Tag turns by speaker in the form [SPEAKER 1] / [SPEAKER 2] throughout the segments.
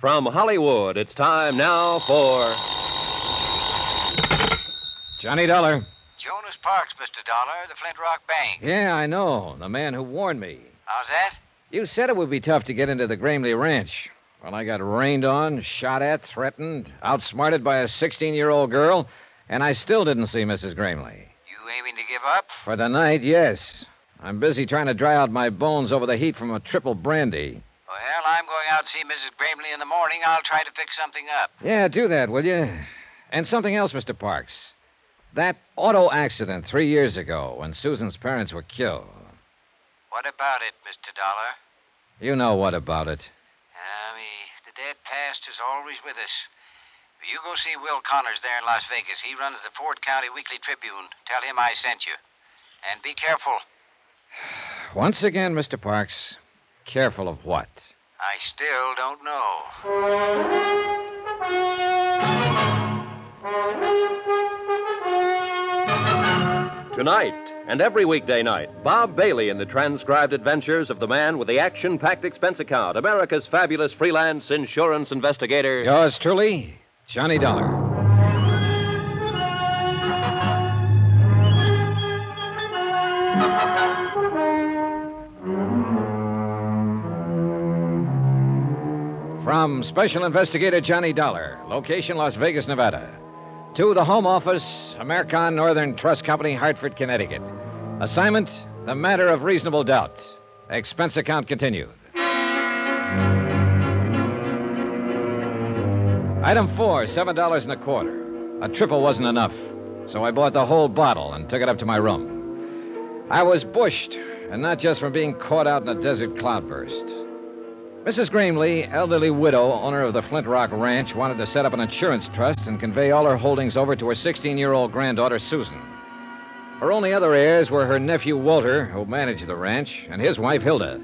[SPEAKER 1] From Hollywood, it's time now for.
[SPEAKER 2] Johnny Dollar.
[SPEAKER 3] Jonas Parks, Mr. Dollar, the Flint Rock Bank.
[SPEAKER 2] Yeah, I know. The man who warned me.
[SPEAKER 3] How's that?
[SPEAKER 2] You said it would be tough to get into the Gramley Ranch. Well, I got rained on, shot at, threatened, outsmarted by a 16 year old girl, and I still didn't see Mrs. Gramley.
[SPEAKER 3] You aiming to give up?
[SPEAKER 2] For tonight, yes. I'm busy trying to dry out my bones over the heat from a triple brandy.
[SPEAKER 3] Well, I'm going out to see Mrs. Gramley in the morning. I'll try to fix something up.
[SPEAKER 2] Yeah, do that, will you? And something else, Mr. Parks. That auto accident three years ago when Susan's parents were killed.
[SPEAKER 3] What about it, Mr. Dollar?
[SPEAKER 2] You know what about it.
[SPEAKER 3] I mean, the dead past is always with us. You go see Will Connors there in Las Vegas. He runs the Ford County Weekly Tribune. Tell him I sent you. And be careful.
[SPEAKER 2] Once again, Mr. Parks, careful of what?
[SPEAKER 3] I still don't know.
[SPEAKER 1] Tonight and every weekday night, Bob Bailey in the transcribed adventures of the man with the action packed expense account, America's fabulous freelance insurance investigator.
[SPEAKER 2] Yours truly, Johnny Dollar. From Special Investigator Johnny Dollar, location Las Vegas, Nevada, to the Home Office, Americon Northern Trust Company, Hartford, Connecticut. Assignment The Matter of Reasonable Doubt. Expense account continued. Item four, seven dollars and a quarter. A triple wasn't enough, so I bought the whole bottle and took it up to my room. I was bushed, and not just from being caught out in a desert cloudburst. Mrs. Gramley, elderly widow, owner of the Flint Rock Ranch, wanted to set up an insurance trust and convey all her holdings over to her 16 year old granddaughter, Susan. Her only other heirs were her nephew, Walter, who managed the ranch, and his wife, Hilda.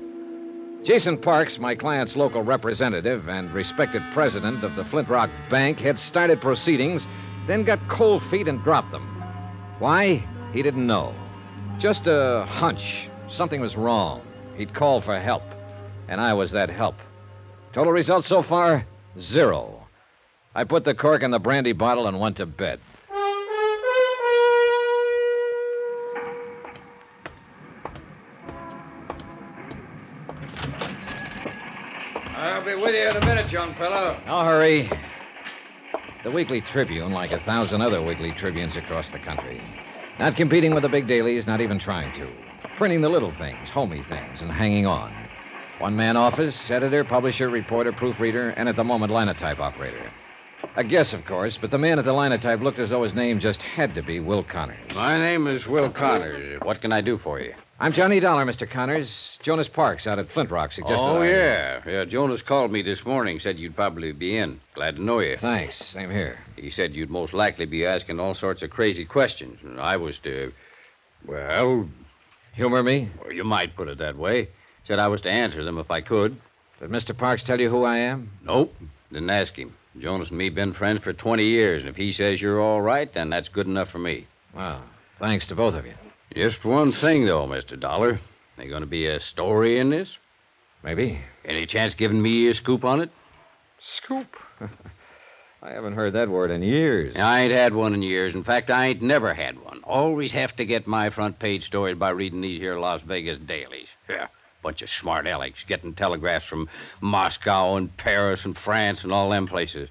[SPEAKER 2] Jason Parks, my client's local representative and respected president of the Flint Rock Bank, had started proceedings, then got cold feet and dropped them. Why? He didn't know. Just a hunch. Something was wrong. He'd called for help, and I was that help. Total result so far zero. I put the cork in the brandy bottle and went to bed.
[SPEAKER 4] I'll be with you in a minute, young fellow.
[SPEAKER 2] No hurry. The Weekly Tribune, like a thousand other weekly tribunes across the country, not competing with the big dailies, not even trying to. Printing the little things, homey things, and hanging on. One man office, editor, publisher, reporter, proofreader, and at the moment, linotype operator. A guess, of course, but the man at the linotype looked as though his name just had to be Will Connors.
[SPEAKER 4] My name is Will Connors. What can I do for you?
[SPEAKER 2] I'm Johnny Dollar, Mr. Connors. Jonas Parks out at Flint Rock suggested.
[SPEAKER 4] oh,
[SPEAKER 2] I-
[SPEAKER 4] yeah. Yeah, Jonas called me this morning, said you'd probably be in. Glad to know you.
[SPEAKER 2] Thanks. Same here.
[SPEAKER 4] He said you'd most likely be asking all sorts of crazy questions, and I was to. Well,
[SPEAKER 2] Humor me?
[SPEAKER 4] well, you might put it that way. Said I was to answer them if I could.
[SPEAKER 2] Did Mr. Parks tell you who I am?
[SPEAKER 4] Nope. Didn't ask him. Jonas and me been friends for 20 years, and if he says you're all right, then that's good enough for me.
[SPEAKER 2] Well, thanks to both of you.
[SPEAKER 4] Just one thing, though, Mr. Dollar. There going to be a story in this?
[SPEAKER 2] Maybe.
[SPEAKER 4] Any chance giving me a scoop on it?
[SPEAKER 2] Scoop. I haven't heard that word in years.
[SPEAKER 4] I ain't had one in years. In fact, I ain't never had one. Always have to get my front page stories by reading these here Las Vegas dailies. Yeah, bunch of smart alecks getting telegraphs from Moscow and Paris and France and all them places.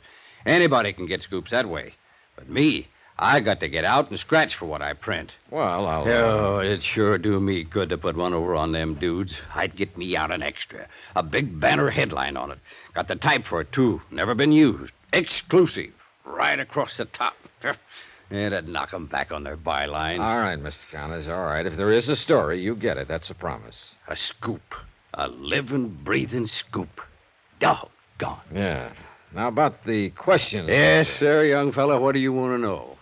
[SPEAKER 4] Anybody can get scoops that way. But me, I got to get out and scratch for what I print.
[SPEAKER 2] Well, I'll.
[SPEAKER 4] Oh, it sure do me good to put one over on them dudes. I'd get me out an extra. A big banner headline on it. Got the type for it, too. Never been used. Exclusive. Right across the top. yeah, that'd knock 'em back on their byline.
[SPEAKER 2] uh, All right, Mr. Connors. All right. If there is a story, you get it. That's a promise.
[SPEAKER 4] a scoop. A living, breathing scoop. Doggone.
[SPEAKER 2] Yeah. Now, about the question.
[SPEAKER 4] Yes, sir, young fella. What do you want to know?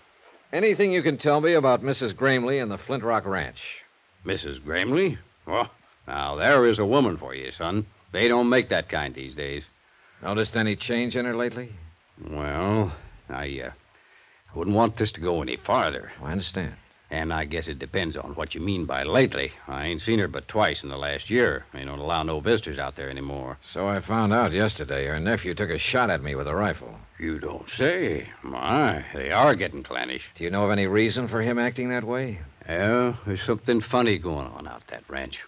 [SPEAKER 2] Anything you can tell me about Mrs. Gramley and the Flint Rock Ranch?
[SPEAKER 4] Mrs. Gramley? Well, now, there is a woman for you, son. They don't make that kind these days.
[SPEAKER 2] Noticed any change in her lately?
[SPEAKER 4] Well, I uh, wouldn't want this to go any farther.
[SPEAKER 2] Oh, I understand.
[SPEAKER 4] And I guess it depends on what you mean by lately. I ain't seen her but twice in the last year. They don't allow no visitors out there anymore.
[SPEAKER 2] So I found out yesterday her nephew took a shot at me with a rifle.
[SPEAKER 4] You don't say. My, they are getting clannish.
[SPEAKER 2] Do you know of any reason for him acting that way?
[SPEAKER 4] Well, there's something funny going on out that ranch.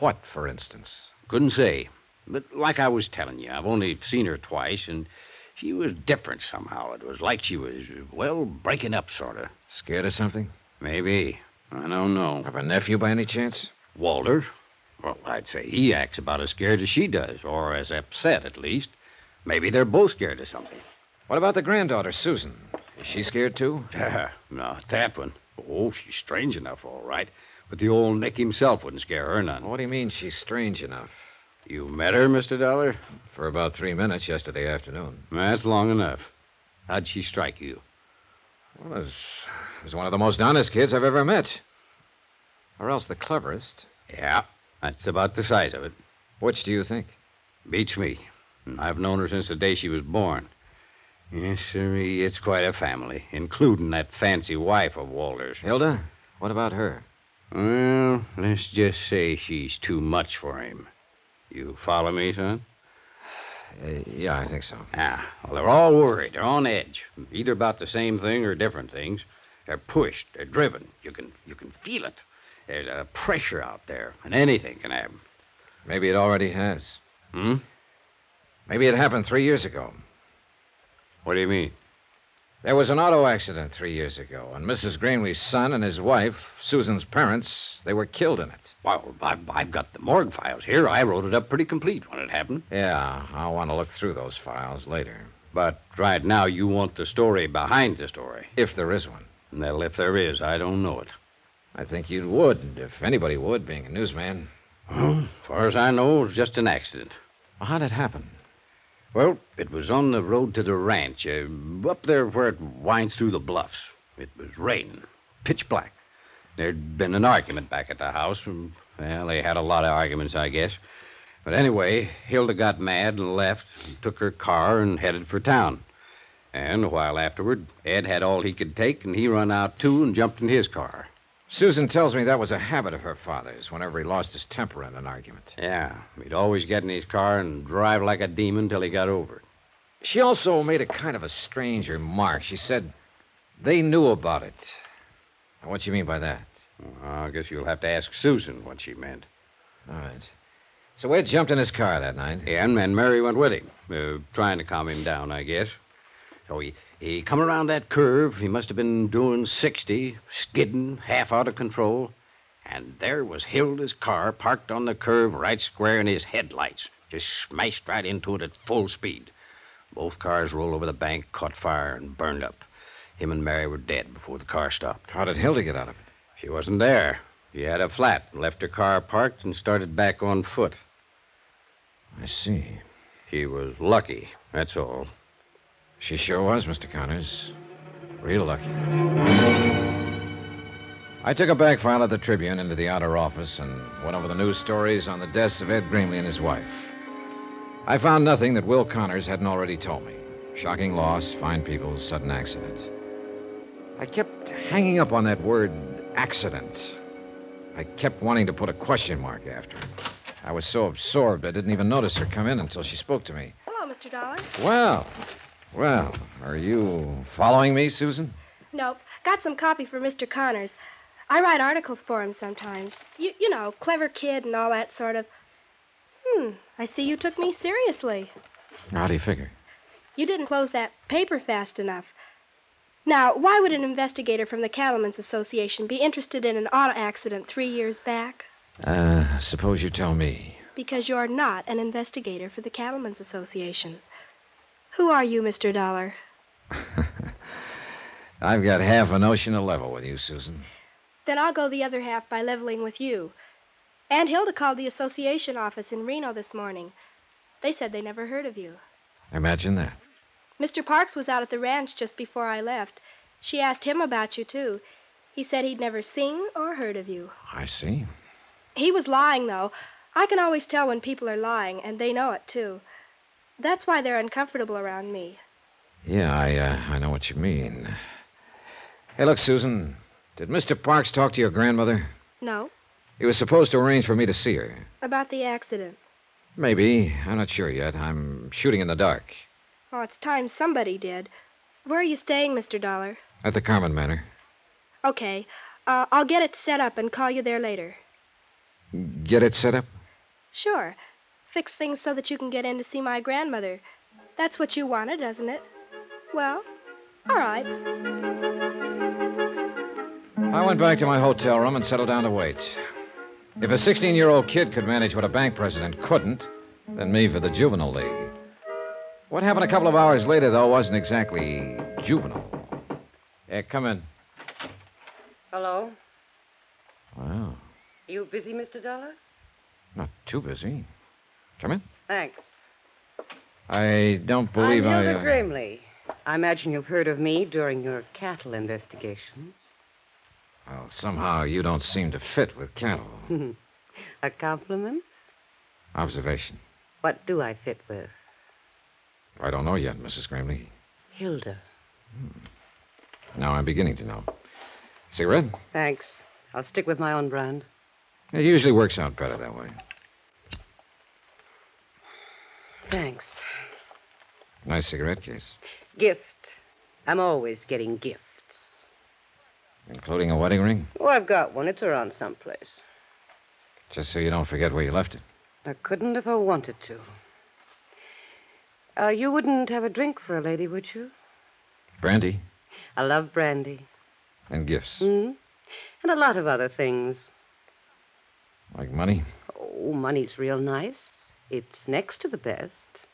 [SPEAKER 2] What, for instance?
[SPEAKER 4] Couldn't say. But like I was telling you, I've only seen her twice, and she was different somehow. It was like she was, well, breaking up, sort of.
[SPEAKER 2] Scared of something?
[SPEAKER 4] Maybe. I don't know.
[SPEAKER 2] Of a nephew by any chance?
[SPEAKER 4] Walter? Well, I'd say he acts about as scared as she does, or as upset, at least. Maybe they're both scared of something.
[SPEAKER 2] What about the granddaughter, Susan? Is she scared too?
[SPEAKER 4] Not that one. Oh, she's strange enough, all right. But the old Nick himself wouldn't scare her none.
[SPEAKER 2] What do you mean she's strange enough?
[SPEAKER 4] You met her, Mr. Dollar?
[SPEAKER 2] For about three minutes yesterday afternoon.
[SPEAKER 4] That's long enough. How'd she strike you?
[SPEAKER 2] Well, is was one of the most honest kids I've ever met. Or else the cleverest.
[SPEAKER 4] Yeah, that's about the size of it.
[SPEAKER 2] Which do you think?
[SPEAKER 4] Beats me. And I've known her since the day she was born. Yes, sir, it's quite a family, including that fancy wife of Walter's.
[SPEAKER 2] Hilda, what about her?
[SPEAKER 4] Well, let's just say she's too much for him. You follow me, son?
[SPEAKER 2] Uh, yeah, I think so.
[SPEAKER 4] Ah, well, they're all worried. They're on edge, either about the same thing or different things. They're pushed. They're driven. You can you can feel it. There's a pressure out there, and anything can happen.
[SPEAKER 2] Maybe it already has.
[SPEAKER 4] Hmm?
[SPEAKER 2] Maybe it happened three years ago.
[SPEAKER 4] What do you mean?
[SPEAKER 2] There was an auto accident three years ago, and Mrs. Greenleaf's son and his wife, Susan's parents, they were killed in it.
[SPEAKER 4] Well, I've, I've got the morgue files here. I wrote it up pretty complete when it happened.
[SPEAKER 2] Yeah, I'll want to look through those files later,
[SPEAKER 4] But right now, you want the story behind the story.
[SPEAKER 2] if there is one.
[SPEAKER 4] Well, if there is, I don't know it.
[SPEAKER 2] I think you would, if anybody would, being a newsman.
[SPEAKER 4] As far as I know, it was just an accident.
[SPEAKER 2] How'd it happen?
[SPEAKER 4] Well, it was on the road to the ranch, uh, up there where it winds through the bluffs. It was raining, pitch black. There'd been an argument back at the house. and, Well, they had a lot of arguments, I guess. But anyway, Hilda got mad and left, and took her car and headed for town. And a while afterward, Ed had all he could take, and he run out too and jumped in his car.
[SPEAKER 2] Susan tells me that was a habit of her father's whenever he lost his temper in an argument.
[SPEAKER 4] Yeah, he'd always get in his car and drive like a demon till he got over it.
[SPEAKER 2] She also made a kind of a strange remark. She said they knew about it. Now, what do you mean by that?
[SPEAKER 4] I guess you'll have to ask Susan what she meant.
[SPEAKER 2] All right. So Ed jumped in his car that night.
[SPEAKER 4] And, and Mary went with him, uh, trying to calm him down, I guess. So he, he come around that curve. He must have been doing 60, skidding, half out of control. And there was Hilda's car parked on the curve right square in his headlights. Just smashed right into it at full speed. Both cars rolled over the bank, caught fire, and burned up. Him and Mary were dead before the car stopped.
[SPEAKER 2] How did Hilda get out of it?
[SPEAKER 4] She wasn't there. She had a flat, left her car parked, and started back on foot.
[SPEAKER 2] I see.
[SPEAKER 4] She was lucky, that's all.
[SPEAKER 2] She sure was, Mr. Connors. Real lucky. I took a back file of the Tribune into the outer office and went over the news stories on the deaths of Ed Greenley and his wife. I found nothing that Will Connors hadn't already told me shocking loss, fine people, sudden accident. I kept hanging up on that word accident. I kept wanting to put a question mark after it. I was so absorbed I didn't even notice her come in until she spoke to me.
[SPEAKER 5] Hello, Mr. Oh, Dollar.
[SPEAKER 2] Well, well, are you following me, Susan?
[SPEAKER 5] Nope. Got some copy for Mr. Connors. I write articles for him sometimes. You, you know, clever kid and all that sort of. Hmm. I see you took me seriously.
[SPEAKER 2] How do you figure?
[SPEAKER 5] You didn't close that paper fast enough. Now, why would an investigator from the Cattlemen's Association be interested in an auto accident three years back?
[SPEAKER 2] Uh, suppose you tell me.
[SPEAKER 5] Because you're not an investigator for the Cattlemen's Association. Who are you, Mr. Dollar?
[SPEAKER 2] I've got half a notion to level with you, Susan.
[SPEAKER 5] Then I'll go the other half by leveling with you. Aunt Hilda called the association office in Reno this morning. They said they never heard of you.
[SPEAKER 2] Imagine that.
[SPEAKER 5] Mr. Parks was out at the ranch just before I left. She asked him about you, too. He said he'd never seen or heard of you.
[SPEAKER 2] I see.
[SPEAKER 5] He was lying, though. I can always tell when people are lying, and they know it, too. That's why they're uncomfortable around me.
[SPEAKER 2] Yeah, I, uh, I know what you mean. Hey, look, Susan. Did Mr. Parks talk to your grandmother?
[SPEAKER 5] No,
[SPEAKER 2] He was supposed to arrange for me to see her.
[SPEAKER 5] about the accident.
[SPEAKER 2] Maybe. I'm not sure yet. I'm shooting in the dark.
[SPEAKER 5] Oh, it's time somebody did. Where are you staying, Mr. Dollar?
[SPEAKER 2] At the Carmen Manor.
[SPEAKER 5] Okay, uh, I'll get it set up and call you there later.
[SPEAKER 2] Get it set up?
[SPEAKER 5] Sure. Fix things so that you can get in to see my grandmother. That's what you wanted, doesn't it? Well, all right.
[SPEAKER 2] I went back to my hotel room and settled down to wait. If a 16 year old kid could manage what a bank president couldn't, then me for the juvenile league. What happened a couple of hours later, though, wasn't exactly juvenile. Yeah, come in.
[SPEAKER 6] Hello?
[SPEAKER 2] Wow.
[SPEAKER 6] You busy, Mr. Dollar?
[SPEAKER 2] Not too busy. Come in.
[SPEAKER 6] Thanks.
[SPEAKER 2] I don't believe
[SPEAKER 6] I'm
[SPEAKER 2] I.
[SPEAKER 6] Hilda
[SPEAKER 2] uh,
[SPEAKER 6] Grimley. I imagine you've heard of me during your cattle investigation.
[SPEAKER 2] well, somehow you don't seem to fit with cattle.
[SPEAKER 6] A compliment?
[SPEAKER 2] Observation.
[SPEAKER 6] What do I fit with?
[SPEAKER 2] I don't know yet, Mrs. Grimley.
[SPEAKER 6] Hilda.
[SPEAKER 2] Now I'm beginning to know. Cigarette?
[SPEAKER 6] Thanks. I'll stick with my own brand.
[SPEAKER 2] It usually works out better that way.
[SPEAKER 6] Thanks.
[SPEAKER 2] Nice cigarette case,
[SPEAKER 6] Gift. I'm always getting gifts.
[SPEAKER 2] including a wedding ring,
[SPEAKER 6] Oh, I've got one. It's around someplace.
[SPEAKER 2] just so you don't forget where you left it.
[SPEAKER 6] I couldn't if I wanted to. Uh, you wouldn't have a drink for a lady, would you?
[SPEAKER 2] Brandy
[SPEAKER 6] I love brandy.
[SPEAKER 2] and gifts,
[SPEAKER 6] Hmm? And a lot of other things.
[SPEAKER 2] like money.
[SPEAKER 6] Oh, money's real nice. It's next to the best.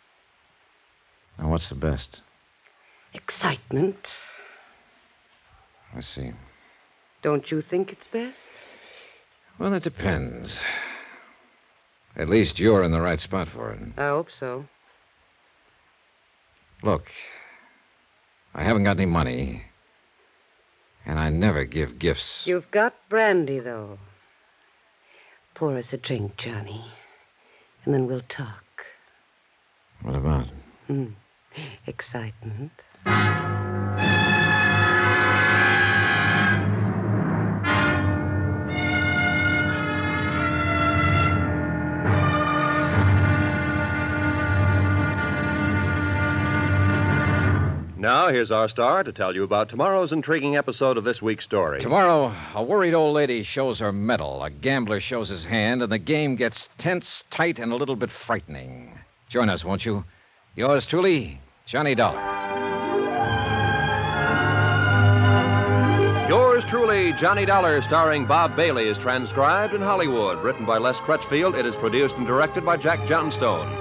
[SPEAKER 2] Now, what's the best?
[SPEAKER 6] Excitement.
[SPEAKER 2] I see.
[SPEAKER 6] Don't you think it's best?
[SPEAKER 2] Well, that depends. At least you're in the right spot for it.
[SPEAKER 6] I hope so.
[SPEAKER 2] Look, I haven't got any money, and I never give gifts.
[SPEAKER 6] You've got brandy, though. Pour us a drink, Johnny, and then we'll talk.
[SPEAKER 2] What about?
[SPEAKER 6] Excitement.
[SPEAKER 1] Now, here's our star to tell you about tomorrow's intriguing episode of this week's story.
[SPEAKER 2] Tomorrow, a worried old lady shows her medal, a gambler shows his hand, and the game gets tense, tight, and a little bit frightening. Join us, won't you? Yours truly, Johnny Dollar.
[SPEAKER 1] Yours truly, Johnny Dollar, starring Bob Bailey, is transcribed in Hollywood. Written by Les Crutchfield, it is produced and directed by Jack Johnstone.